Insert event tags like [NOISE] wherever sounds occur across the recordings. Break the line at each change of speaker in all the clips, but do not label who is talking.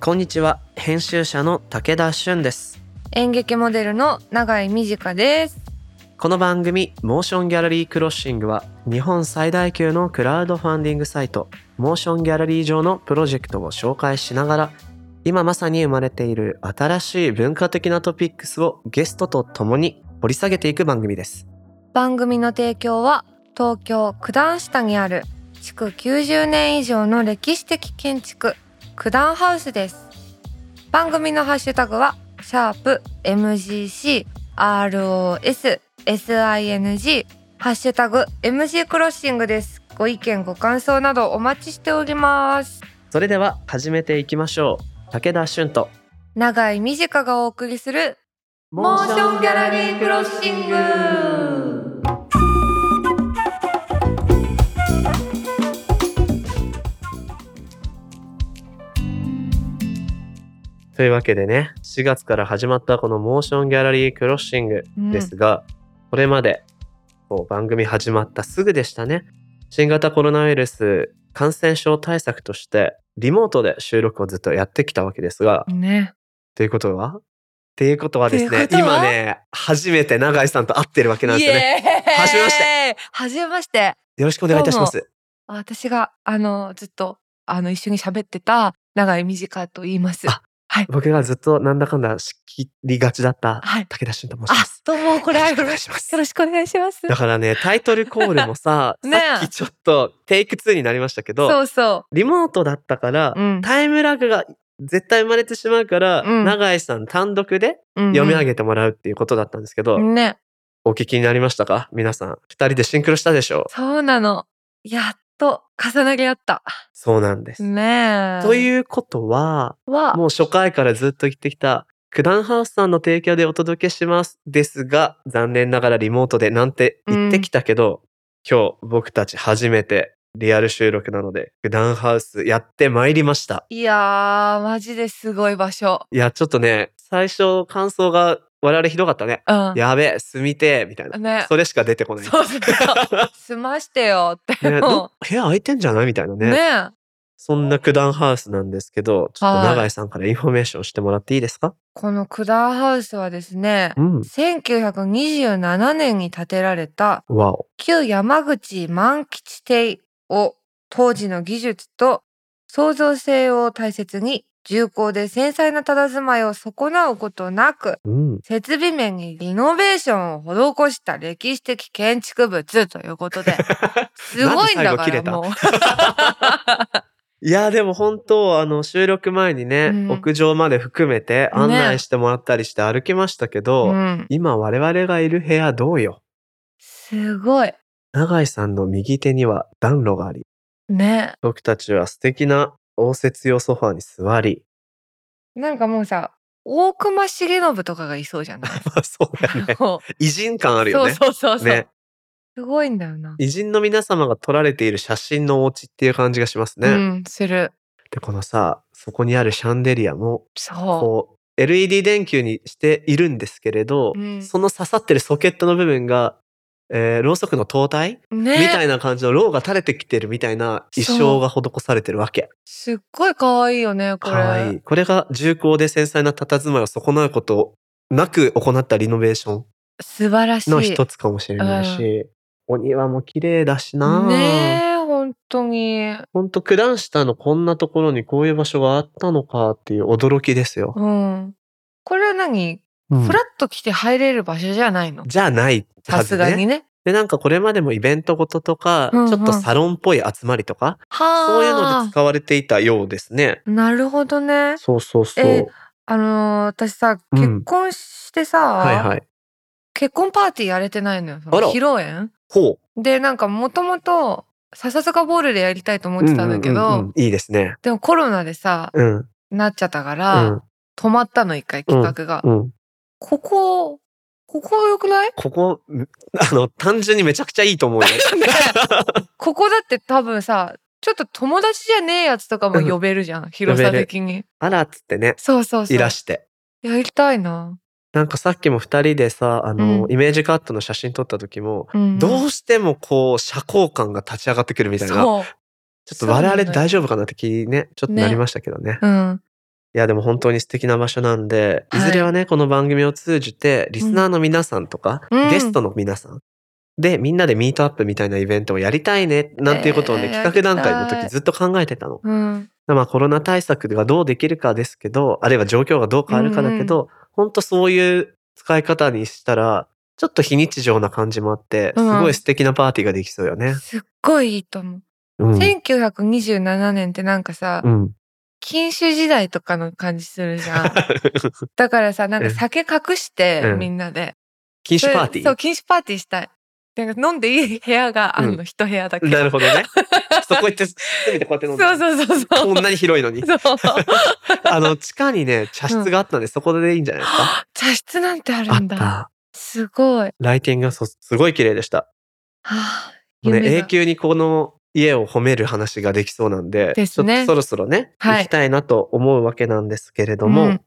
こんにちは編集者の武田俊です
演劇モデルの永井美智香です
この番組モーションギャラリークロッシングは日本最大級のクラウドファンディングサイトモーションギャラリー上のプロジェクトを紹介しながら今まさに生まれている新しい文化的なトピックスをゲストと共に掘り下げていく番組です
番組の提供は東京九段下にある築90年以上の歴史的建築九段ハウスです番組のハッシュタグはシャープ MGC ROS SING ハッシュタグ MG クロッシングですご意見ご感想などお待ちしております
それでは始めていきましょう武田俊と
永井美智香がお送りするモーションギャラリークロッシング
というわけでね4月から始まったこのモーションギャラリークロッシングですが、これまでこう番組始まったすぐでしたね新型コロナウイルス感染症対策としてリモートで収録をずっとやってきたわけですが、
ね
ということはっていうことはですね
ということは
今ね初めて永井さんと会ってるわけなんですよね。
ね
はじめまして
はじめまして
よろしくお願いいたします。
あ私があのずっとあの一緒に喋ってた永井美智香と言います
あ僕がずっとなんだかんだ仕切りがちだった
はい
武田俊と申しま
あ
す。
どうもこれ
よろしくお願
よろ
いします
しくお願いします
だからね、タイトルコールもさ、
[LAUGHS] ねえ
さっきちょっとテイク2になりましたけど、
そうそ
リモートだったから、
う、うん
タイムラグが絶対生まれてしまうから、
うん
永井さん単独で
うん、
読み上げてもらうっていうことだったんですけど、
ね
お聞きになりましたか皆さん。二人でシンクロしたでしょう
そうなのやっと重なり合った
そうなんです。
ねえ
と
う
いうことは、
は
もう初回からずっと言ってきた、九段ハウスさんの提供でお届けします。ですが、残念ながらリモートでなんて言ってきたけど、今日僕たち初めてリアル収録なので、九段ハウスやってまいりました。
いやーマジですごい場所
いや、ちょっとね、最初感想が我々ひどかったね。
うん
やべえ、住みてえ、みたいな。
ね
それしか出てこない。
そうそ
[LAUGHS]
うそう済ましてよって、
ね、ど
も
部屋空いてんじゃないみたいな
う
ね
ね
そんな九段ハウスなんですけど、ちょっと
はい
永井さんからインフォメーションしてもらっていいですか
この九段ハウスはですね
うん。
1927年に建てられた
わお。
旧山口万吉邸を当時の技術と創造性を大切に重厚で繊細な佇まいを損なうことなく
うん。
[LAUGHS] 設備面にリノベーションを施した歴史的建築物というこ
[LAUGHS]
とですごいんだからもう。
いやでも本当あの収録前にね、
うん
屋上まで含めて案内してもらったりして歩きましたけど、
うん、
今我々がいる部屋どうよ
すごい
永井さんの右手には暖炉があり
ね
僕たちは素敵な応接用ソファーに座り [LAUGHS]
なんかもうさ大隈重信とかがいそうじゃない
[LAUGHS] まあそうだよ
[LAUGHS]
ね
もう
偉人感あるよね
[LAUGHS] そうそうそうそう、
ね
すごいんだよな。
偉人の皆様が撮られている写真のお家っていう感じがしますね、
うん、する。
でこのさそこにあるシャンデリアも
そ
こう LED 電球にしているんですけれど、
うん
その刺さってるソケットの部分が、えーろうそくの灯体、
う。
みた
ね。
いな感じのろうが垂れてきてるみたいな衣装が施されてるわけ。
すっごい可愛いよね、こ
か
れ。
わいい。これが重厚で繊細な佇まいを損なうことなく行ったリノベーショ
素晴らしい。
ンの一つかもしれないし、お庭も綺麗だしな、
ねえ、本当に。
ほんと九段下のこんなところにこういう場所があったのかっていう驚きですよ。
うん。これは何、
うん
フラッと来て入れる場所じゃないの
じゃないは
さ
ず
す
ね。
がにね。
で、なんかこれまでもイベントごととか、
うんうん
ちょっとサロンっぽい集まりとか、
はあ。
そういうので使われていたようですね。
なるほどね。
そうそうそう。
えあのー私さ、
うん
結婚してさ、
はいはい。
結婚パーティーやれてないのよ。その
あら
披露宴
ほ
で、なんかもともと、笹塚ボールでやりたいと思っ
う。
てたんだけど、
うううんいいですね。
でもコロナでさ、
うん。うん。
なっちゃったから、止まったの一回企画が、
うん。
ここここ良くない
ここ、んあの、単純にめちゃくちゃいいと
[LAUGHS]
思うよ。
ここだって多分さちょっと友達じゃねえやつとかも呼べるじゃん、広さ的に
あらっつってね、
そうそうそう
いらして。
やりたいな、
なんかさっきも二人でさ、あの、
うん
イメージカットの写真撮った時も、
うん、
ど
う
うしてもこう、社交感が立ち上がってくるみたいな。
そ
ちょっと我
そうな
々
のよ
大丈夫かなって気ね、ちょっとなりましたけどね。
ううん
いやでも本当に素敵な場所なんで、
はい
い、ずれはねこの番組を通じてリスナーの皆さんとか、
うん
ゲストの皆さんでみんなでミートアップみたいなイベントをやりたいねなんていうことをね、
えー
企画段階の
やりた
時
い
ずっと考えてたの。
うん。
まあコロナ対策がどうできるかですけどあるいは状況がどう変わるかだけど、本当そういう使い方にしたらちょっと非日常な感じもあって
う
す
ん
ごい素敵なパーティーができそうよね。
すっごいいいと思う。
うん
1927年ってなんかさ、
うん、
禁酒時代とかの感じする
[LAUGHS]
じゃん。だからさ、なんか酒隠して、
うん
みんなで。
禁酒パーティ
それそう、
ー
禁酒パーティーしたい。なんか飲んでいい部屋があるの、一部屋だけ。
なるほど
[LAUGHS]
ね。そこ行って、せめてこうやって飲
そ
んで。
うそうそうそう。
こんなに広いのに。
そう。
あの、地下にね、茶室があったんで、そこでいいんじゃないですか。
茶室なんてあ
あ
るん
っ
だ。
た。
すごい。は
ライティングがそすごい綺麗でした。
あ、
ね、
夢だ
永久にこの家を褒める話ができそうなんで、
ですね
ちょっとそろそろね、
はい
行きたいなと思うわけなんですけれども、
うん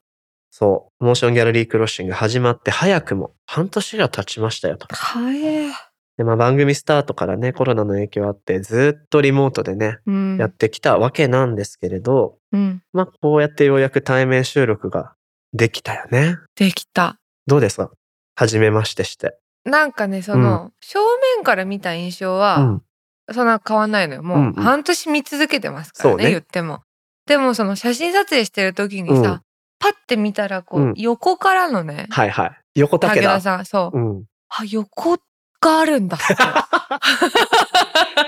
そう、モーションギャラリークロッシング始まって早くも半年が経ちましたよと。
早い。
で、まあ番組スタートからね、コロナの影響あって、ずっとリモートでね、
うん
やってきたわけなんですけれど、
うん。
まあ、こうやってようやく対面収録ができたよね。
できた。
どうですか初めましてして。
なんかね、その、正面から見た印象は、
うん
そんな変わんないのよ。
う
も
ん
う
うん
半年見続けてますから
そう
ね、
ね
言っても。でもその写真撮影してる時にさ、
うん
パッて見たらこう、
うん
横からのね、
はいはい。横
武
竹
田
だ。
さん、そう。
うん。
あ、横があるんだ
[LAUGHS]
って。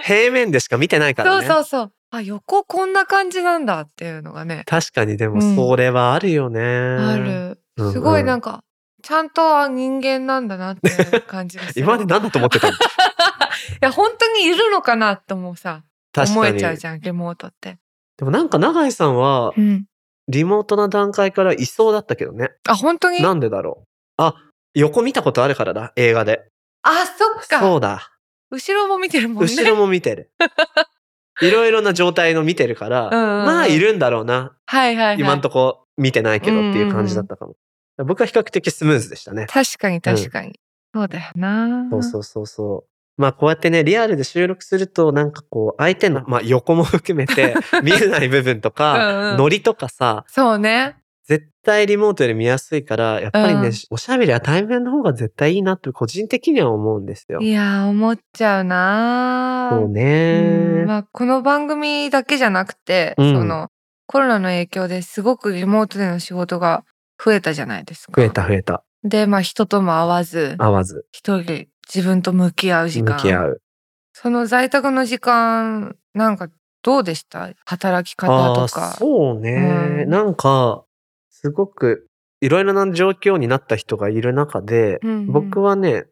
平面でしか見てないから
そう
ね。
そうそう。あ、横こんな感じなんだっていうのがね、
確かにで
う
も
ん
それはあるよね。
あ。る。
うんうん
すごいなんか、ちゃんとあ人間なんだなっていう感じがする。
[LAUGHS] 今まで
い
何だと思ってたの
や、本当 [LAUGHS] にいるのかなって思うさ、
確
思
か
え
に。
ちゃう
で
じゃん、リモートって。
もなんか永井さんは
うん。
リモートな段階からいそうだったけどね。
あ、本当に
なんでだろう。あ、横見たことあるからだ。映画で。
あ、そっか。
そうだ。
後ろも見てるもんね。
後ろも見て
[LAUGHS]
る。いろいろな状態の見てるから、
うんうんうん
まあいるんだろうな。
はいはいはい。
今んとこ見てないけどっていう感じだったかも。僕は比較的スムーズでしたね。
確かに確かに。そうだよな。
そうそうそうそう。まあこうやってね、リアルで収録するとなんかこう相手の、まあ横も含め
[LAUGHS]
て見えない部分と
うんう
か、
ん
ノリとかさ、
そうね。
絶対リモートより見やすいから、やっぱりね、
うん
おしゃべりは対面の方が絶対いいなって個人的には思うんですよ。
いやー、思っちゃうな。
そう
うん
ね。
まあ、この番組だけじゃなくて、
うん
その、コロナの影響ですごくリモートでの仕事が増えたじゃないですか。
増え。た増えた。
で、まあ、人とも会わず、
合わず、
一人、自分と向き合う時
向
間。
き合う。
その在宅の時間、なんか、どうでした働き方
あ
と
あ
か。
そうね、
うん
なんかすごくいろいろな状況になった人がいる中で、
うんうん
僕はね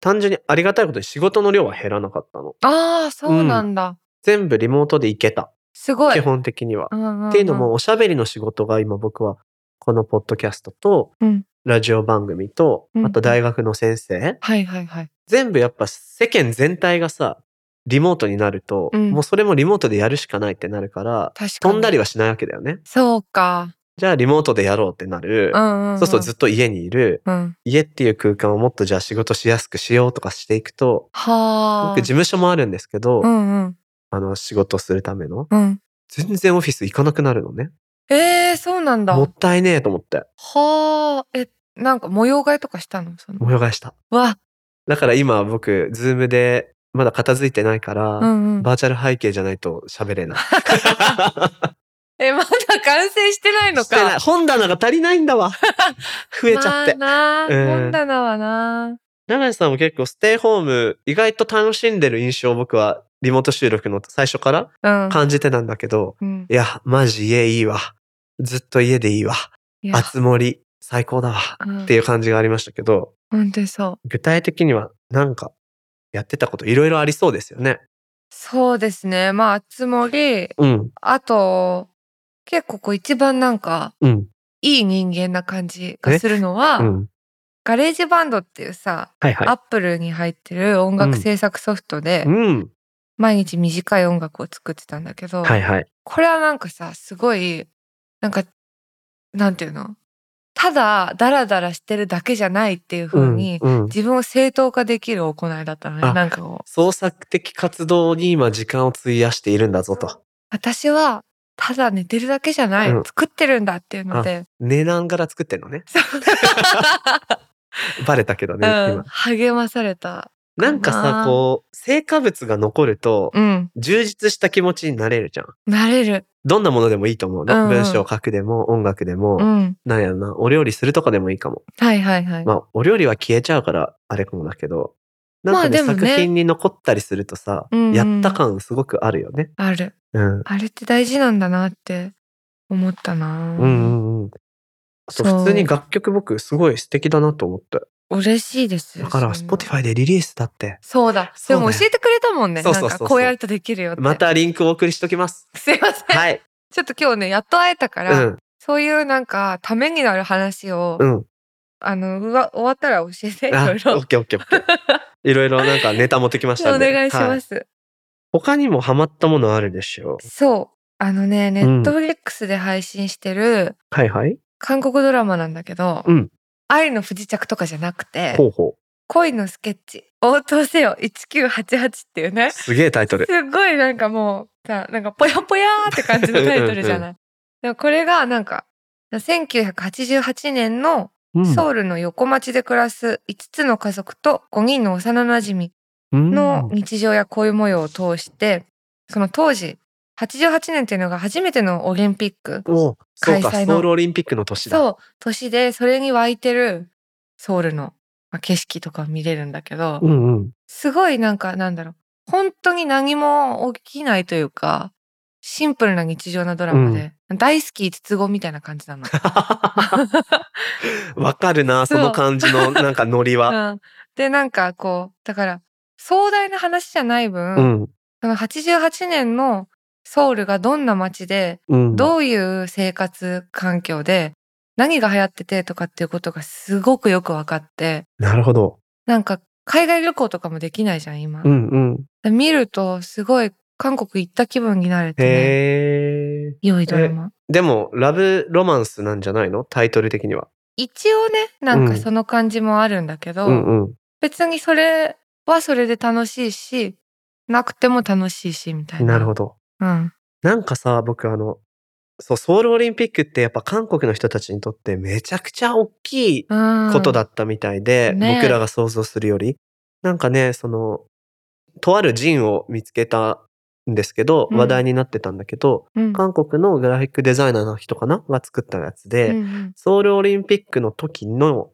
単純にありがたいことに仕事の量は減らなかったの
ああ、そうなんだ。
全部リモートで行けた
すごい。
基本的には、
うんんん
っていうのもおしゃべりの仕事が今僕はこのポッドキャストと、
うん
ラジオ番組と
うん
あと大学の先生、
はいはいはい。
全部やっぱ世間全体がさリモートになると、
うん
もうそれもリモートでやるしかないってなるから
確かに。
飛んだりはしないわけだよね
そうか。
じゃあリモートでやろうってなる。
うんうん、うん。
そうするとずっと家にいる。
うん。
家っていう空間をもっとじゃあ仕事しやすくしようとかしていくと、
はあ。
僕事務所もあるんですけど、
うんうん。
あの仕事するための。
うん。
全然オフィス行かなくなるのね。
ええそうなんだ。
もっ
は
たいねえと思って、
あ。え、なんか模様替えとかしたのその。
模様替えした。
わ。
だから今僕、ズームでまだ片付いてないから、
うんうん。
バーチャル背景じゃないと喋れない。
え、まだ完成してないの
してない
か。
本棚が足りないんだわ。
[LAUGHS]
増えちゃって。
まあな
うん
本棚はな
長井さんも結構ステイホーム意外と楽しんでる印象を僕はリモート収録の最初から
うん。
感じてたんだけど、
うん。
いや、マジ家いいわ。ずっと家でいいわ。
いや、
熱盛最高だわ。
うん
っていう感じがありましたけど、
本当にそう。
具体的にはなんかやってたこといろいろありそうですよね。
そうですね。まあ、つ森、
うん、
あと、結構こう一番なんか、
うん、
いい人間な感じがするのは、
うん。
ガレージバンドっていうさ、
はいは
ア
い。
ップルに入ってる音楽制作ソフトで、
うん、
毎日短い音楽を作ってたんだけど、
はいはい。
これはなんかさすごいなんかなんていうのただダラダラしてるだけじゃないっていう
う
風
ん
に、、
うん。
自分を正当化できる行いだったのね
あ
なんかこう
創作的活動に今時間を費やしているんだぞと。
私はただ寝てるだけじゃない、
うん
作ってるんだっていうので、
寝ながら作ってんのね。バレたけど [LAUGHS]
う
ね、
ん
今、。
励まされた。
なんかさ、こう、成果物が残ると、
うん、
充実した気持ちになれるじゃん。
なれる。
どんなものでもいいと思うの。
うんうん
文章を書くでも、音楽でも、
うん、
なんやろな、お料理するとかでもいいかも。
はいはいはい。
まあ、お料理は消えちゃうから、あれかもだけど、なんかね、
まあでもね
作品に残ったりするとさ、
うんうん
やった感すごくあるよね。
ある。
うん。
あれって大事なんだなって思ったな。
うんうんうん。あと
そう
普通に楽曲僕すごい素敵だなと思った。
嬉しいです。
だから
そんな
Spotify でリリースだって。
そうだ。
そ
で
うだよ
も教えてくれたもんね。
そ
な
うそうんそう
か
そう
こうやるとできるよって。
ま。たリンクお送りしときます。
[LAUGHS] すいません。
はい。
ちょっと今日ね、やっと会えたか
う
ら、
ん。
そういうなんかためになる話を、 [LAUGHS]
うん。
あの、うわ終わったら教えて、い
あ、オ
ろいろ
ッ。ケーオッケーオッケー。いろいろなんかネタ持ってきました
お
んで。
願いし
は
ま
い
す。
他にもハマったものあるでしょう。
そう。あのね、ネ
ん
ットフリックスで配信してる
はいはい。
韓国ドラマなんだけど、
うん
愛の不時着とかじゃなくて、
ほうほ
恋のスケッチ、応答せよ1988っていうね
う。、すげえタイト
[LAUGHS]
ル。
すごいなんかもうさ、なんかぽやぽやーって感じのタイトルじゃない。でもこれがなんか、1988年の
うん
ソウルの横町で暮らす5つの家族と5人の幼馴染
うん
の日常や恋模様を通して、その当時、88年っていうのが初めてのオリンピック。
おそうか、
開催の
ソウルオリンピックの年だ。
そう、年で、それに湧いてるソウルのまあ景色とか見れるんだけど、
うんうん。
すごいなんか、なんだろう、本当に何も起きないというか、シンプルな日常なドラマで、大好き筒子みたいな感じ
[LAUGHS]
なの。
わかるな、そ
そう
の感じ
[LAUGHS]
のなんかノリは。
うん、で、なんかこう、だから、壮大な話じゃない分、
うん。
その88年のソウルがどんな街で、
うん。
どういう生活環境で、何が流行っててとかっていうことがすごくよく分かって、
なるほど。
なんか海外旅行とかもできないじゃん、今。
うんうん。
で見ると、すごい韓国行った気分になれてね、
へえ。
良いドラマ。
でも、ラブロマンスなんじゃないのタイトル的には。
一応ね、なん
う
か
ん
その感じもあるんだけど、
うんうん。
別にそれはそれで楽しいし、なくても楽しいし、みたいな。
なるほ
ど。
ど。
うん。
なんかさ、僕あの、そう、ソウルオリンピックってやっぱ韓国の人たちにとってめちゃくちゃ大きい
うん、
ことだったみたいで、
うんね
僕らが想像するより。なんかね、その、とあるジンを見つけたんですけど、
うん
話題になってたんだけど、
うん。
韓国のグラフィックデザイナーの人かなが作ったやつで、
うんうん
ソウルオリンピックの時の、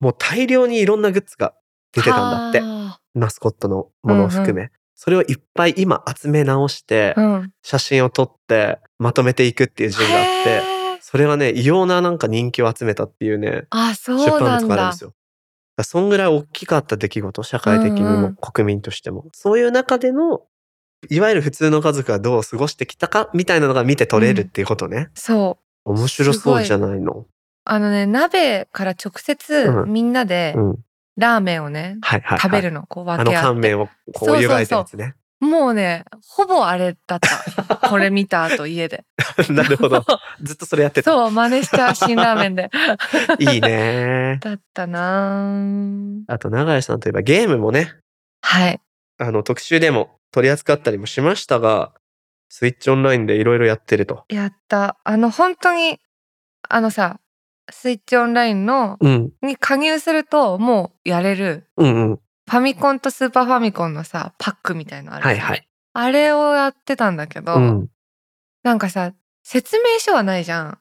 もう大量にいろんなグッズが出てたんだって。
は
マスコットのものを含め。それをいっぱい今集め直して
あ、うん。
写真を撮って、まとめていくっていう順があって、
へー
それがね、異様ななんか人気を集めたっていうね、
あ、
出
そう
版
な
物
ん
があるん
だ
です。よ。だからそんぐらい大きかった出来事、社会的に
うんう
も
ん
国民としても。そういう中での、いわゆる普通の家族がどう過ごしてきたかみたいなのが見て取れるっていうことね。
そう。
面白そうじゃないの。
あのね、鍋から直接
うん
みんなで
うん。
ラーメンをね、
はいはい、はい。
食べるの、こう
あ
分
の
け合
乾
って。
麺をこう湯がいたやつね。
もうね、ほぼあれ
[LAUGHS]
だった。これ見た後家で。
なるほど。ずっとそれやってた。
[LAUGHS] そう、真似した辛ラーメンで。 [LAUGHS]
いいね。
だったなぁ
あと、永井さんといえばゲームもね、
はい。
あの、特集でも取り扱ったりもしましたが、スイッチオンラインでいろいろやってると。
やった。あの、本当に、あのさ、スイッチオンラインの、
うん。
に加入すると、もうやれる。
うんうん。
ファミコンとスーパーファミコンのさ、パックみたいのある。
はいはい。
あれをやってたんだけど、
うん。
なんかさ、説明書はないじゃん。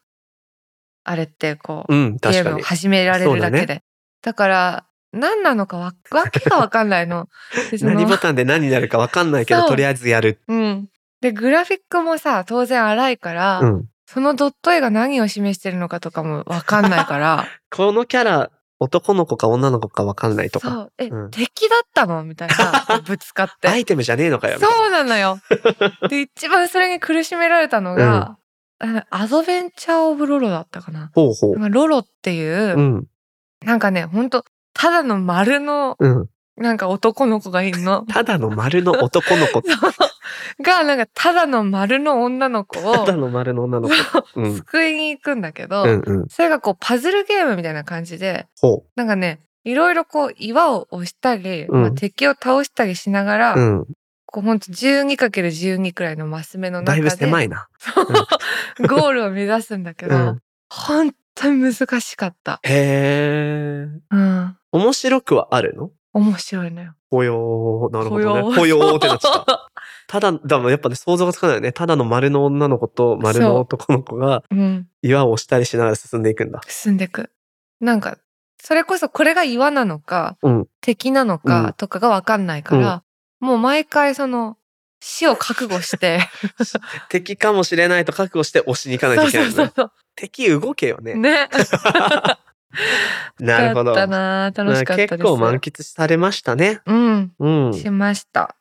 あれって、こう、
うん、
ゲ
確
ー
か
ムを
に。
始められるだけ
そう
で。
だ
だから、何なのかわ、わけがわかんな
[LAUGHS]
いの。でその
何ボタンで何になるか分かんないけど、
そう
とりあえずやる。
うん。で、グラフィックもさ、当然荒いから、
うん。
そのドット絵が何を示してるのかとかもわかんないから、
このキャラ、男の子か女の子か分かん [LAUGHS] ないと
そ
か。
う、え、
うん
敵だったのみたいな、
[LAUGHS]
ぶつかって。
アイテムじゃねえのかよ。みたい
そうな
[LAUGHS]
のよ。で、一番それに苦しめられたのが、あアドベンチャー・オブ・ロロだったかな。
なほうほう。
まあロロっていう、
うん。
なんかね、ほんと、ただの丸の、
うん。。
なんか男の子がいるの
[LAUGHS] ただの丸の男の
[LAUGHS]
子。
そうが、なんか、ただの丸の女の子
ただ
を、
の丸の女の子。うん。
救いに行くんだけど、
うんうん。
それがこう、パズルゲームみたいな感じで、
ほ
なんかね、いろいろこう岩を押したり、
うん
まあ敵を倒したりしながら、
う。うん。
こうほんと 12×12 くらいのマス目の
だいぶ
中で
狭い [LAUGHS] な。
[LAUGHS] ゴールを目指すんだけ
う
ど、
ん。
本当に難しかった。
へー。
うん。
面白くはあるの
面白いのよ。
ほよー。なるほどね。
ほ
ほ
よ
よ
ー
ーってなっちゃった。ただ、だもやっぱね、想像がつかないよね。ただの丸の女の子と丸の男の子が
[LAUGHS] うん。
岩を押したりしながら進んでいくんだ。
進んでく。なんか、それこそこれが岩なのか、
うん
敵なの
うん
かとかがわかんないから、もう毎回その死を覚悟して、
[LAUGHS] 敵かもしれないと覚悟して押しに行かないと
そう
いけ
そ
ないうのね。
そうそ
敵動けよ
う。
ね。
ね。
[LAUGHS] なるほど。
楽しかったな楽しかったです。
結構満喫されましたね。
うん、
うん。
しました。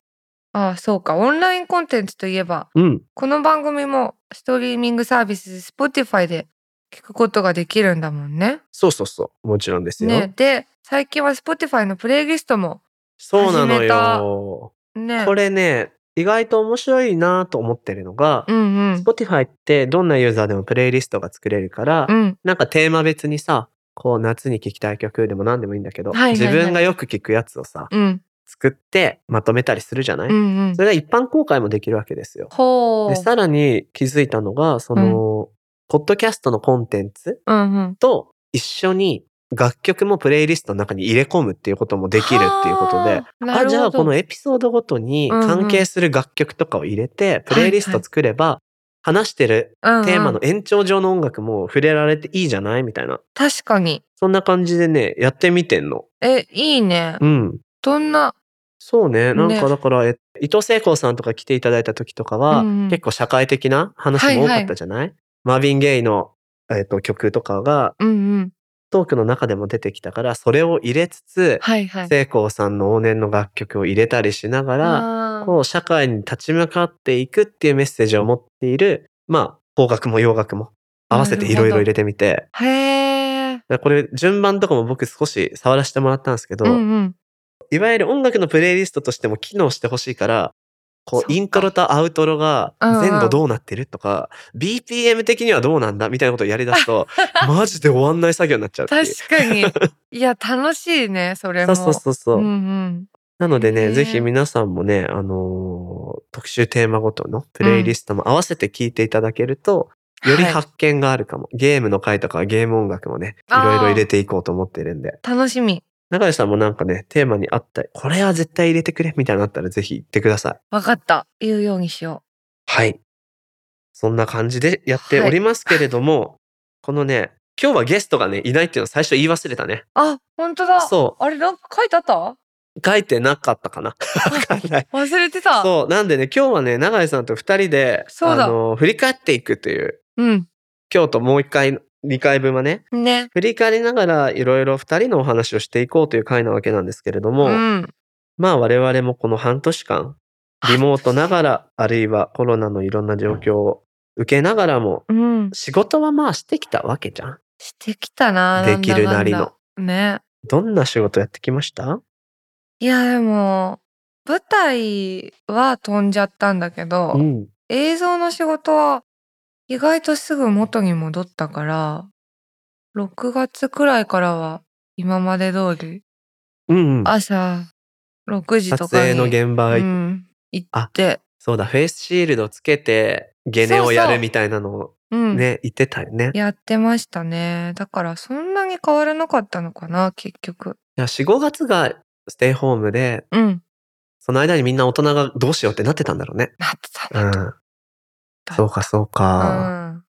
ああ、そうか。オンラインコンテンツといえば、
うん。
この番組もストリーミングサービス Spotify で聞くことができるんだもんね。
そうそうそう。もちろんですよ。
ねで、最近は Spotify のプレイリストも
そうなの
始めた
よ。
ね。
これね、意外と面白いなと思ってるのが、
うんうん。
Spotify ってどんなユーザーでもプレイリストが作れるから、
うん。
なんかテーマ別にさ、こう夏に聴きたい曲でも何でもいいんだけど、
はいはいはい
自分がよく聴くやつをさ、
うん。
作ってまとめたりするじゃない、
うんうん
そ。れが一般公開もできるわけですよ。
ほ
で、
う。
さらに気づいたのが、その、ポッドキャストのコンテンツ
うんうん。
と一緒に楽曲もプレイリストの中に入れ込むっていうこともできるっていうことで
は、あ。なるほ
あ、
ど
じゃあこのエピソードごとに
うんうん
関係する楽曲とかを入れて、プレイリスト作れば、話してるテーマ
うんう
の
ん
延長上の音楽も触れられていいじゃないみたいな。
確かに。
そんな感じでね、やってみてんの。
え、いいね。
うん。
どんな、
そうね。なん
ね
かだから、え伊藤聖子さんとか来ていただいた時とかは、
うんうん
結構社会的な話も多かったじゃない、マーヴィン・ゲイの、えっと曲とかが
うんうん。
トークの中でも出てきたから、それを入れつつ、
はいはい。
聖子さんの往年の楽曲を入れたりしながら、
あー
こう社会に立ち向かっていくっていうメッセージを持っている、まあ、邦楽も洋楽も合わせていろいろ入れてみて、
へえ。
これ順番とかも僕少し触らせてもらったんですけど、
うんうん。
いわゆる音楽のプレイリストとしても機能してほしいから、こ
そっ
う、
か
イントロとアウトロが
うんうん
前後どうなってるとか、BPM 的にはどうなんだみたいなことをやり出す
[LAUGHS]
と、マジで終わんない作業になっちゃうっていう。
確か
[LAUGHS]
に。いや、楽しいね、それも。
そうそうそうそうう。
んうん。
なので
へ
ね、
ー
ぜひ皆さんもね、あのー特集テーマごとのプレイリストも合わせて聞いていただけると、より
はい
発見があるかも。ゲームの回とかゲーム音楽もね、い
あー
ろいろ入れていこうと思ってるんで。
楽しみ。
中谷さんもなんかね、テーマにあったり、これは絶対入れてくれみたいなのあったらぜひ言ってください。
わかった。言うようにしよ
はい。そんな感じでやっておりますけれども、このね、今日はゲストがね、いないっていうのを最初言い忘れたね
う。。あ、本当だ。
そ
あれ、なんか書いてあった
う。書いてなかったか
[LAUGHS]
な。わかんない。
忘れてた。
そう。なんでね、今日はね、永井さんと二人で、
そうだ
あの、振り返っていくという、
うん。
今日ともう一回、二回分はね、
ね。
振り返りながらいろいろ二人のお話をしていこうという回なわけなんですけれども、
うん。
まあ我々もこの半年間、リモートながら、あるいはコロナのいろんな状況を受けながらも、
うん。
仕事はまあしてきたわけじゃん。
してきたな。
できるなりの
んだかんだね。
どんな仕事やってきました
いやでも舞台は飛んじゃったんだけど、
ん。
映像の仕事は意外とすぐ元に戻ったから6月くらいからは今まで通り
うんうん。
朝6時
撮
とか
影
に
の現場、
うん、行って
そうだ、フェイスシールドつけて、ゲネをやるみたいなのを
うん
ね、言ってたよね。
やってましたねだからそんなに変わらなかったのかな結局
いや、4、5月がステイホームで、
うん
その間にみんな大人がどうしようってなってたんだろうね。
なってた
う
なって
ん。そうか、そうか。
たうん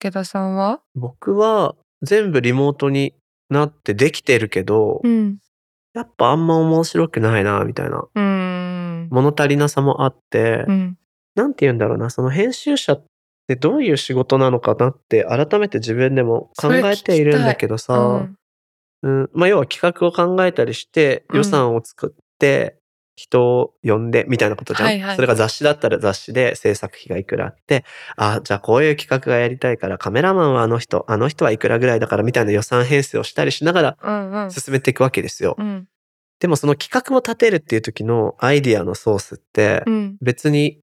池田さんは
僕は全部リモートになってできてるけど、
うん
やっぱあんま面白くないな、みたいな。
うーん
物足りなさもあって、
うん
なんて言うんだろうな、その編集者ってどういう仕事なのかなって改めて自分でも考えているんだけど
う
さ、
ん
うんまあ要は企画を考えたりして
うん
予算を作って人を呼んでみたいなことじゃん、
はいはい
それが雑誌だったら雑誌で制作費がいくらあって、あ、じゃあこういう企画がやりたいからカメラマンはあの人、あの人はいくらぐらいだからみたいな予算編成をしたりしながら
うんうん
進めていくわけですよ。
うん
でもその企画を立てるっていう時のアイディアのソースって、
うん
別に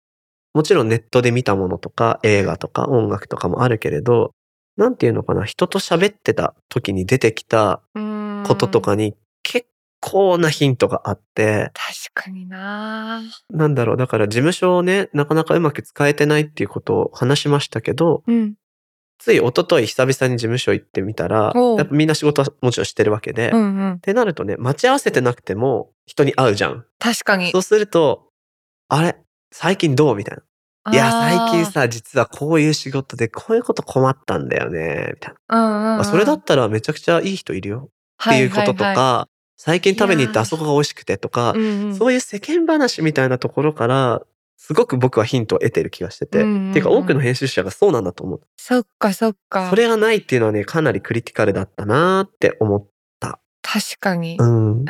もちろんネットで見たものとか映画とか音楽とかもあるけれどなんていうのかな人と喋ってた時に出てきた
うん
こととかに結構なヒントがあって、
確かにな
なんだろう、だから事務所をね、なかなかうまく使えてないっていうことを話しましたけど、
うん
つい一昨日久々に事務所行ってみたら、
おう
やっぱみんな仕事はもちろんしてるわけで、
う
っ
んうん
てなるとね、待ち合わせてなくても人に会うじゃん。
確かに
そうすると、あれ最近どうみたいな。いや、
あー
最近さ、実はこういう仕事でこういうこと困ったんだよね、みたいな。
うんうんうん
あそれだったらめちゃくちゃいい人いるよっていうこととか、
はいは
最近食べに行ったあそこが美味しくてとか
いはい、うんうん
そういう世間話みたいなところから、すごく僕はヒントを得てる気がしてて、
うんうんうん
っていうか多くの編集者がそうなんだと思う。
そっかそっか
それがないっていうのはね、かなりクリティカルだったなーって思っ
確かに
た。うん。
うん、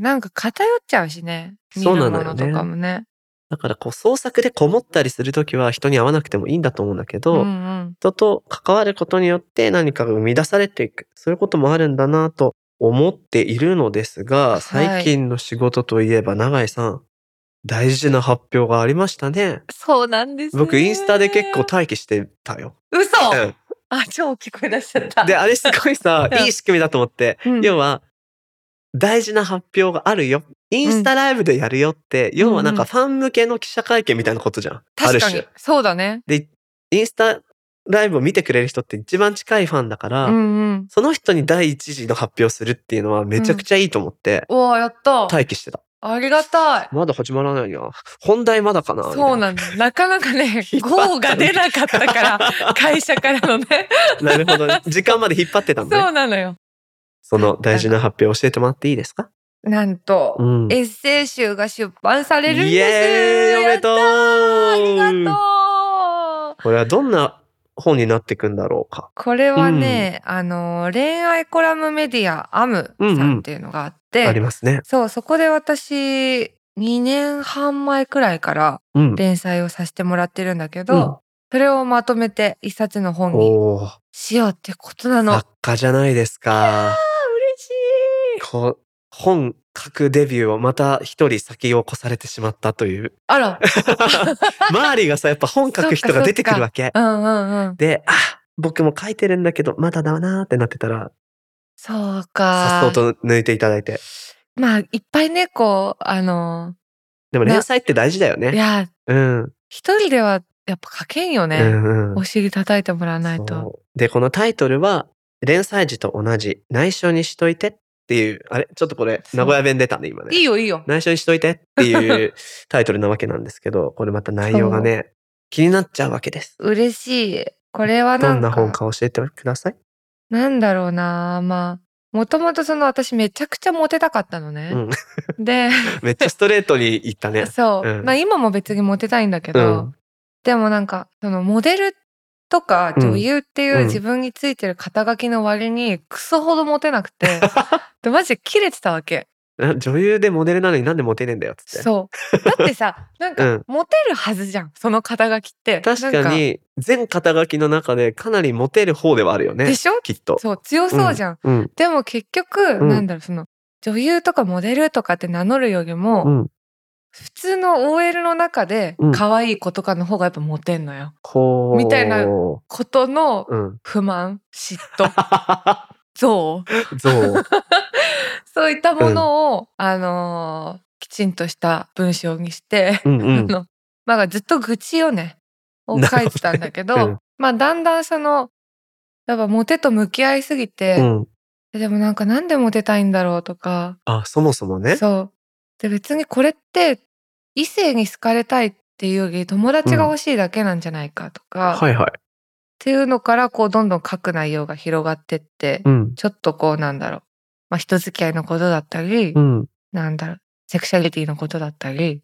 なんか偏っちゃうしね。見
そうな
る
のよ
もの
ね
とかもね。
だからこう創作でこもったりするときは人に会わなくてもいいんだと思うんだけ
う
ど、
んうん。
人と関わることによって何かが生み出されていく、そういうこともあるんだなと思っているのです
は
が、
い
最近の仕事といえば永井さん、大事な発表がありましたね。
そうなんです、ね。
僕インスタで結構。待機してたよ。
嘘、
うん
あ、超大きい声出しちゃった。、
で、あれすごいさ
うん
いい仕組みだと思って。
うん、
要は、大事な発表があるよ。インスタライブでやるよって、要はなん
うんうん
かファン向けの記者会見みたいなことじゃん。あ
確
る
か
種
に。。そうだね。
で、インスタライブを見てくれる人って一番近いファンだから、
うんうん。
その人に第一次の発表するっていうのはめちゃくちゃいいと思って、
おー、やった。
待機してた。
ありがたい。
まだ始まらないな。本題まだかな。みたい
そうなんだ。なかなかね、
[LAUGHS] 引っ張ったね
ゴーが出なかった
[LAUGHS]
から、会社からのね。 [LAUGHS]
な。なるほど、ね。時間まで引っ張ってたんだ
そ
ね。
うなのよ。
その大事な発表教えてもらっていいですか
なんと、
うん。
エッセイ集が出版されるんです。
イエーイおめでとう
やったーありがとう
これはどんな本になっていくんだろうか。
これはね、あの恋愛コラムメディアアムさんっていうのがあって、
ありますね。
そうそこで私2年半前くらいから
うん。
連載をさせてもらってるんだけど、
うん
それをまとめて一冊の本に
おー
しようってことなの。あ
作家じゃないですか。
嬉しい。
こう本書くデビューをまた一人先を越されてしまったという。
あら、
周りがさ、やっぱ本書く人が出てくるわけ。
うんうんうん。
で、あ、僕も書いてるんだけど、まだだなーってなってたら、
そう
さ
か
っ。そうと抜いていただいて。
まあいっぱいねこうあの
でも
な
連載って大事だよ
い
ね。
や
うん。うん
一人ではやっぱ書けんよ
う
ね。
ん。
お尻叩いてもらわないと。
そうで、このタイトルは、連載時と同じ、内緒にしといてっていう、あれちょっとこれ、
そう
名古屋弁出たね、今ね。
いいよいいよ。
内緒にしといてっていうタイトルなわけなんですけど、これまた内容がね、気になっちゃうわけです。
嬉しい。これは
ど
なんんか、
な本か教えてください。
なんだろうな。まあ、もともとその私めちゃくちゃモテたかったの
う
ね。
ん。
で、
めっちゃストレートに言ったね。
そう。
うん
まあ今も別にモテたいんだけ
う
ど、
ん。
でもなんか、そのモデルとか
うん
女優ってい
うん
う自分についてる肩書きの割にクソほどモテなくて、でマジで切れてた
[LAUGHS]
わけ。
な女優でモデルなのになんでモテねえんだよっつって。
そう。だってさ、なん
う
か
ん
モテるはずじゃん。その肩書きって。
確
なん
かに、全肩書きの中でかなりモテる方ではあるよね
で。しょ
きっと。
そう、強そうじゃん。
うん。
でも結局、
ん
なんだろうその女優とかモデルとかって名乗るよりも、
うん。
普通の OL の中で
うん
可愛い子とかの方がやっぱモテんのよ。
こう。
みたいな
う
ことの
ん。
不満嫉
[LAUGHS]
妬憎悪
そう。
そういったものを、あのーきちんとした文章にして、
うん
[LAUGHS]
うん
あ。のまあずっと愚痴をねを書いてたんだけど
なるほどねうん
まあだんだんそのやっぱモテと向き合いすぎ
う
て、
ん。
でもなんかなんでモテたいんだろうとか
あ、そもそもね。
そう。で別にこれって異性に好かれたいっていうより友達が欲しいだけなんじゃないかとか、っ
はいはい。
ていうのからこうどんどん書く内容が広がってって、
うん。
ちょっとこうなんだろう、まあ、人付き合いのことだったり、
うん。
なんだろうセクシャリティのことだったり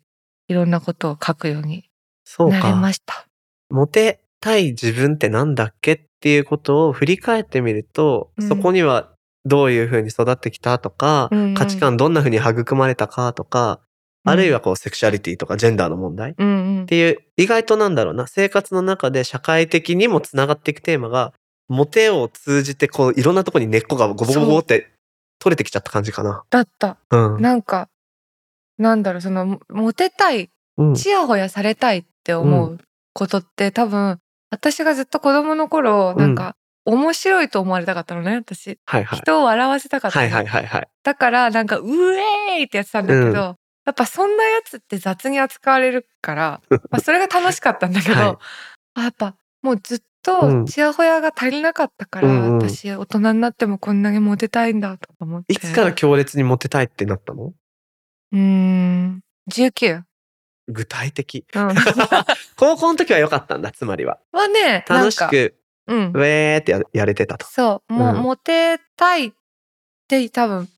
いろんなことを書くように
そう
なり
か。
ました。
モテたい自分ってなんだっけっていうことを振り返ってみると、
うん
そこにはどういうふうに育ってきたとか、
うんうん
価値観どんなふうに育まれたかとか、あるいはこうセクシャリティとかジェンダーの問題っ
うんうん、
ていう、意外となんだろうな、生活の中で社会的にもつながっていくテーマが、モテを通じてこういろんなとこに根っこがゴボゴボゴボって取れてきちゃった感じかな。
だった
うん。
なんかなんだろうそのモテたい
うん
ちやほやされたいって思うことって、多分私がずっと子供の頃
ん
なんか、面白いと思われたかったのね私
はいはい。
人を笑わせたかった
は
の、
いはいはいはい。
だからなんか「うえーい!」ってやってたんだけど、やっぱそんなやつって雑に扱われるから、まあ、それが楽しかったんだけど、
はい
あやっぱもうずっ
うん
とちやほやが足りなかったから、
うんうん
私大人になってもこんなにモテたいんだとか思って
いつから強烈にモテたいってなったの
うーん19、
[LAUGHS] 具体的。
うん、は
高校の時は良かったんだ、つまりは。
ね
楽し
なんか、
く、
うん
ウ、ェーってややれてたと。
そうもう、
うん
モテたいって多分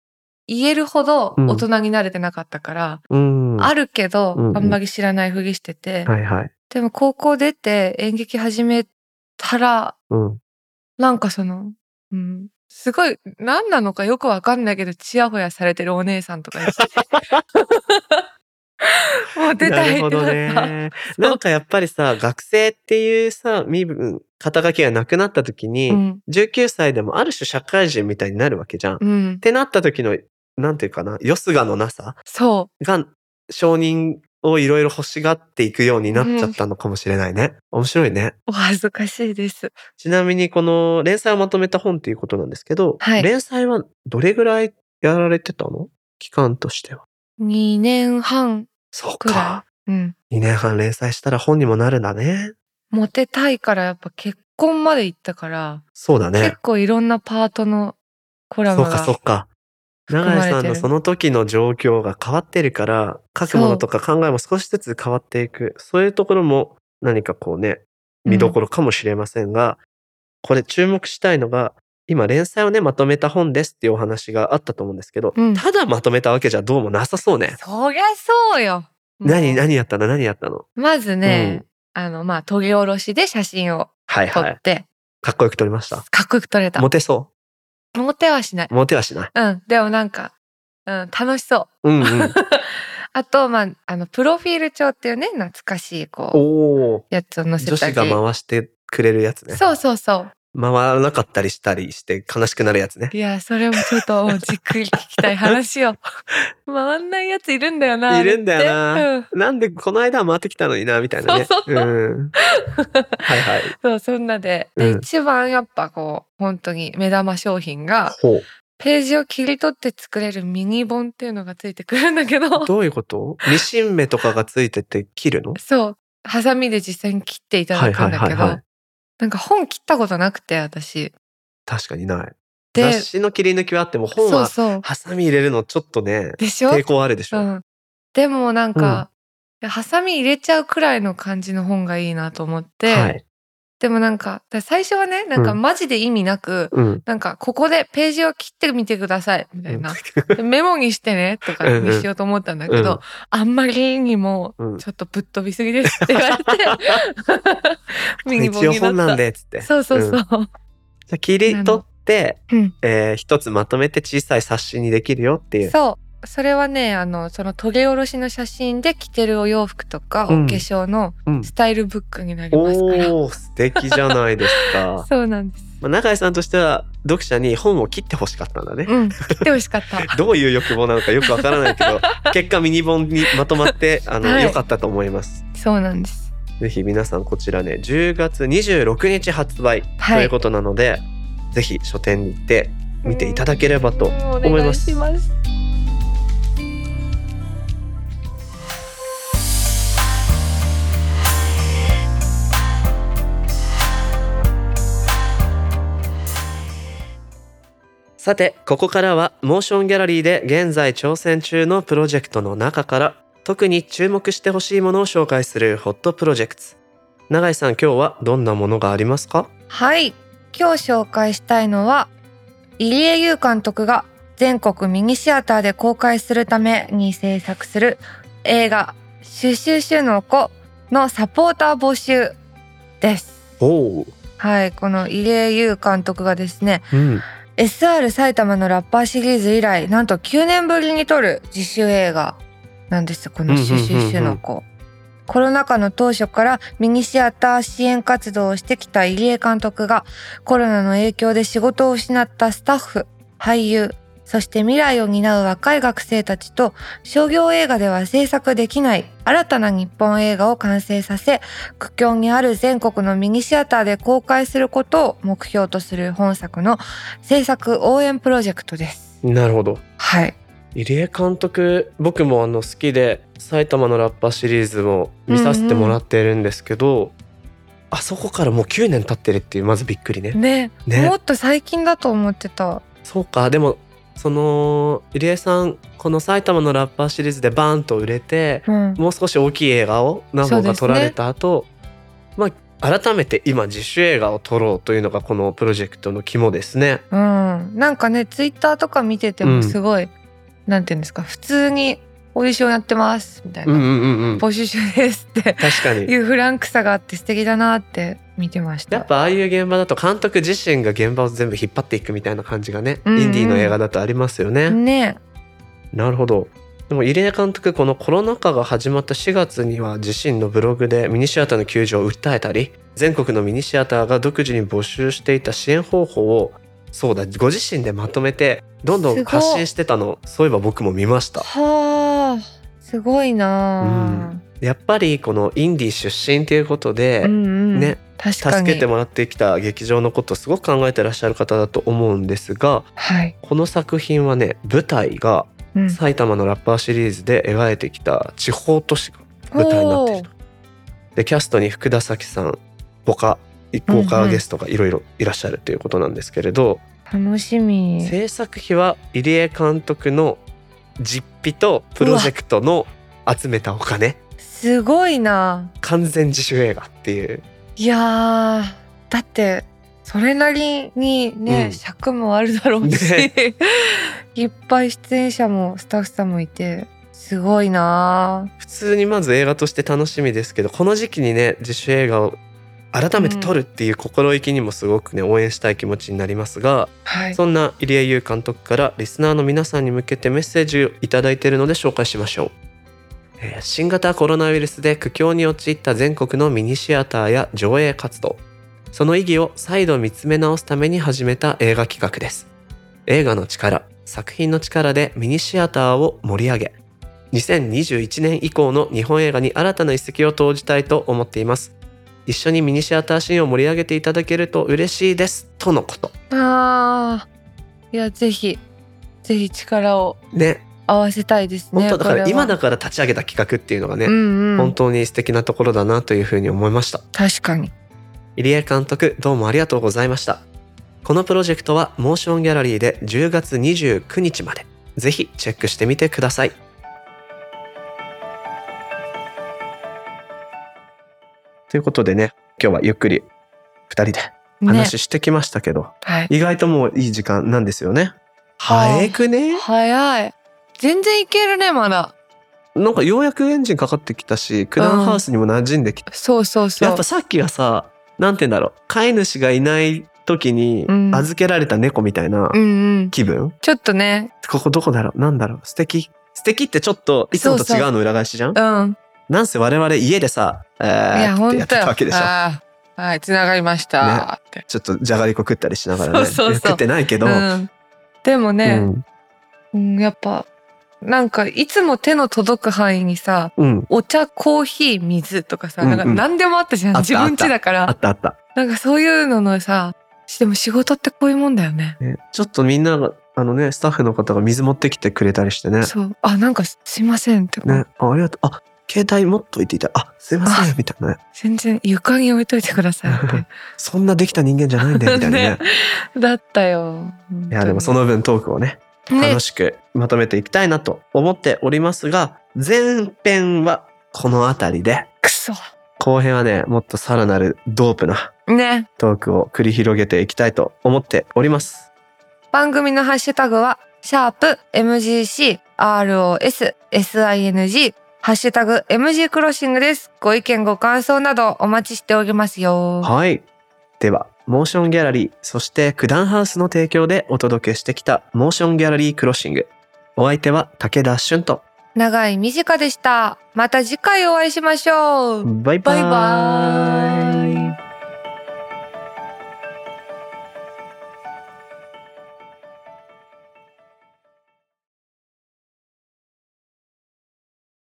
言えるほど
うん
大人になれてなかったから、
うん。
あ
は
るけど、
うんうん
あんまり知らないふりしてて、
いはい。
でも高校出て演劇始めたら
うん。
なんかその、うん、すごい何なのかよくわかんないけどチヤホヤされてるお姉さんとか
[LAUGHS]
いてもう出た
ないる
っ
ほ
て
ど
なった。
ね。なんかやっぱりさ、学生っていうさ、身分、肩書きがなくなった時に、
うん
19歳でもある種社会人みたいになるわけじゃん。っ
うん、
てなった時の、なんていうかな、よすがのなさ
そ
が、承認をいろいろ欲しがっていくようになっちゃったのかもしれないね。面白いね。
うお恥ずかしいです。
ちなみにこの連載をまとめた本っていうことなんですけど、
はい
連載はどれぐらいやられてたの期間としては。
2年半、
そう
ぐ。
から
うん、
2年半連載したら本にもなるんだね。
モテたいからやっぱ結婚まで行ったから、
そうだね
結。構いろんなパートのコラ
そ
ム
うか
が
そうか。
含ま
永
れ
井さ
てる
んのその時の状況が変わってるから、書くものとか考えも少しずつ変わっていく。そういうところも何かこうね、見どころかもしれませんが、これ注目したいのが、今連載をね、まとめた本ですっていうお話があったと思うんですけど、
うん
ただまとめたわけじゃどうもなさそうね。
そりゃそうよ。もう
何、何やったの何やったの
まずね、あの、まあ、研ぎ下ろしで写真を
はい
撮
は
っ
い。
て、
かっこよく撮りました。
かっこよく撮れた
モ。テそ。。
モテはしないう
モテはしない。
うん。でもなんか、うん、楽しそう。
うん
[LAUGHS]
うん。
あと、まあ、あの、プロフィール帳っていうね、懐かしい、こ
おお。
う、やつを載せ
女
た
子
り。
が回してくれるやつね。
そうそうそう。
回らなかったりしたりして悲しくなるやつね。
いや、それもちょっとも
[LAUGHS]
うじっくり聞きたい話よ。回んないやついるんだよな。
いるんだよ
あれって
な
うん。
なんでこの間は回ってきたのにな、みたいなね。
そうそうそ
ん。はいはい。
そう、そんなで。で、
うん
一番やっぱこう、本当に目玉商品が、
ほう。
ページを切り取って作れるミニ本っていうのがついてくるんだけど、
どういうことミシン目とかがついてて切るの
そう、ハサミで実際に切っていただくんだ
はいはいは
け
いは
ど
い、
なんか本切ったことなくて、私。
確かにない。
で、
雑誌の切り抜きはあっても本
そう
は
そう。
ハサミ入れるのちょっとね、
でしょ
抵抗あるでし
う
ょ。
ん。でもなんか、いやハサミ入れちゃうくらいの感じの本がいいなと思って、
はい。
でもなんか、だ最初はね、なんか
うん
マジで意味なく、
うん。
なんか、ここでページを切ってみてください、みたいな。でメモにしてね、とかにしようと思ったんだけど、
うん
あんまりにも
うん、
[LAUGHS] ちょっとぶっ飛びすぎですって言
[LAUGHS]
われて、 [LAUGHS] ミニボ
一
ン
応
になった。
本なんで、つって。
そうそうそう。
じゃあ切り取って、
うん
えー一つまとめて小さい冊子にできるよっていう。
そう。それはね、あの、そのトゲおろしの写真で着てるお洋服とか、お化
うん
粧の
うん
スタイルブックになりますから。
おー、素敵じゃないですか。
そうなんです。
まあ、永井さんとしては読者に本を切ってほしかったんだね。
うん。切ってほしかった。
どういう欲望なのかよくわからないけ
[LAUGHS]
ど結果ミニ本にまとまってあの、
はい
良かったと思います。
そうなんです。
ぜひ皆さんこちらね10月26日発売と。
はいいう
ことなので、ぜひ書店に行って見ていただければと
うん
思います。
お願いします。
さてここからはモーションギャラリーで現在挑戦中のプロジェクトの中から特に注目してほしいものを紹介するホットプロジェクト永井さん今日はどんなものがありますか
はい今日紹介したいのは入江優監督が全国ミニシアターで公開するために制作する映画「シュシュシュの子」のサポーター募集です。
おう、
はいこの入江優監督がですね
うん、
SR 埼玉のラッパーシリーズ以来なんと9年ぶりに撮る自主映画なんですこの「シュシュシュの子」コロナ禍の当初からミニシアター支援活動をしてきた入江監督がコロナの影響で仕事を失ったスタッフ俳優そして未来を担う若い学生たちと商業映画では制作できない新たな日本映画を完成させ苦境にある全国のミニシアターで公開することを目標とする本作の制作応援プロジェクトです。
なるほど
はい。
入江監督僕もあの好きで埼玉のラッパシリーズも見させてもらってるんですけど、あそこからもう9年経ってるっていうまずびっくりね。
ね
ね
もっと最近だと思ってた
そうかでもその入江さんこの埼玉のラッパーシリーズでバーンと売れて
うん
もう少し大きい映画を何本
そう
か
です
撮
ね
られた後、まあ改めて今自主映画を撮ろうというのがこのプロジェクトの肝ですね。
うん、なんかねツイッターとか見てて
う
も
ん
すごい、なんていうんですか普通にオーディションやってますみたいな、
うんうんうんうん、
[LAUGHS] 募集中ですって
確か
い
に
うフランクさがあって素敵だなって見てました
やっぱああいう現場だと監督自身が現場を全部引っ張っていくみたいな感じがね、
うんうん
インディーの映画だとありますよね。
ね
なるほど。でも入江監督このコロナ禍が始まった4月には自身のブログでミニシアターの窮状を訴えたり全国のミニシアターが独自に募集していた支援方法をそうだご自身でまとめてどんど
す
ん
ごい
発信してたのそういえば僕も見ました
はあすごいな
やっぱりこのインディー出身ということで、
あ、うんうん
ね
確か
助
に
けてもらってきた劇場のことをすごく考えてらっしゃる方だと思うんですが
はい、
この作品はね舞台が
うん、
埼玉のラッパーシリーズで描いてきた地方都市が舞台になってるとでキャストに福田咲さん他豪華ゲストがいろいろいらっしゃるということなんですけれど、
おー楽しみ
制作費は入江監督の実費とプロジェクトの集めたお金
すごいな
完全自主映画っていう
いやーだってそれなりにね、
うん
尺もあるだろうし、
ね
[LAUGHS] いっぱい出演者もスタッフさんもいてすごいな
普通にまず映画として楽しみですけどこの時期にね自主映画を改めて撮るっていう心意気にもすごくね応援したい気持ちになりますが、
はい
そんな入江優監督からリスナーの皆さんに向けてメッセージをいただいているので紹介しましょう、えー新型コロナウイルスで苦境に陥った全国のミニシアターや上映活動その意義を再度見つめ直すために始めた映画企画です映画の力作品の力でミニシアターを盛り上げ2021年以降の日本映画に新たな一石を投じたいと思っています一緒にミニシアターシーンを盛り上げていただけると嬉しいですとのこと
あーいやぜひぜひ力を
ね
合わせたいですね
本当だか
これ
ら
は
今だから立ち上げた企画っていうのがね、
うんうん
本当に素敵なところだなというふうに思いました
確かに
入江監督どうもありがとうございましたこのプロジェクトはモーションギャラリーで10月29日までぜひチェックしてみてくださいということでね今日はゆっくり2人で
ね
話してきましたけど、
はい
意外ともういい時間なんですよね早くね
早い全然いけるねまだ
なんかようやくエンジンかかってきたし九段ハウスにも馴染んできた
そうそうそう
やっぱさっきはさなんて言うんだろう飼い主がいない時に
うん
預けられた猫みたいな
うんうん
気分、
ちょっとね
ここどこだろうなんだろう素敵素敵ってちょっといつもと違うの裏返しじゃん
うん
なんせ我々家でさえ
い
ー、っ
や、
て
本
やって
当
た
よ
わけでしょ
あーはい、つながりましたって。
ちょっとじゃがりこ食ったりしながらね
そうそうそう
食ってないけど、
うん、でも
う
ね、
ん
うんやっぱ、なんか、いつも手の届く範囲にさ、
うん
お茶、コーヒー、水とかさ、
うんう
なんんか何でもあったじゃん。
あった
自分家だか
あ
ら
っ。たあった、
なんかそういうののさ、しでも仕事ってこういうもんだよね。
ねちょっとみんながあのねスタッフの方が水持ってきてくれたりしてね
そう。あ、なんかすいませんって、
ねあありがとうあ携帯持っといていたあすいませんみたいなね
全然床に置いといてくださいっ
[LAUGHS] そんなできた人間じゃないんだよみたいなね
[LAUGHS] ねて。だったよ。
いやでもその分トークをね
のね
楽、しくまとめていきたいなと思っておりますが、前編はこの辺りで、
くそ。
後編はね、もっとさらなるドープな
ね。
トークを繰り広げていきたいと思っております。
番組のハッシュタグは、シャープ MGC、ROS、SING、ハッシュタグ MG クロッシングです。ご意見ご感想などお待ちしておりますよ。
はい。では、モーションギャラリー、そして九段ハウスの提供でお届けしてきたモーションギャラリークロッシング。お相手は武田俊と。
長い短でした。また次回お会いしましょう。
バイバ
バイバ
イ。
ーイ。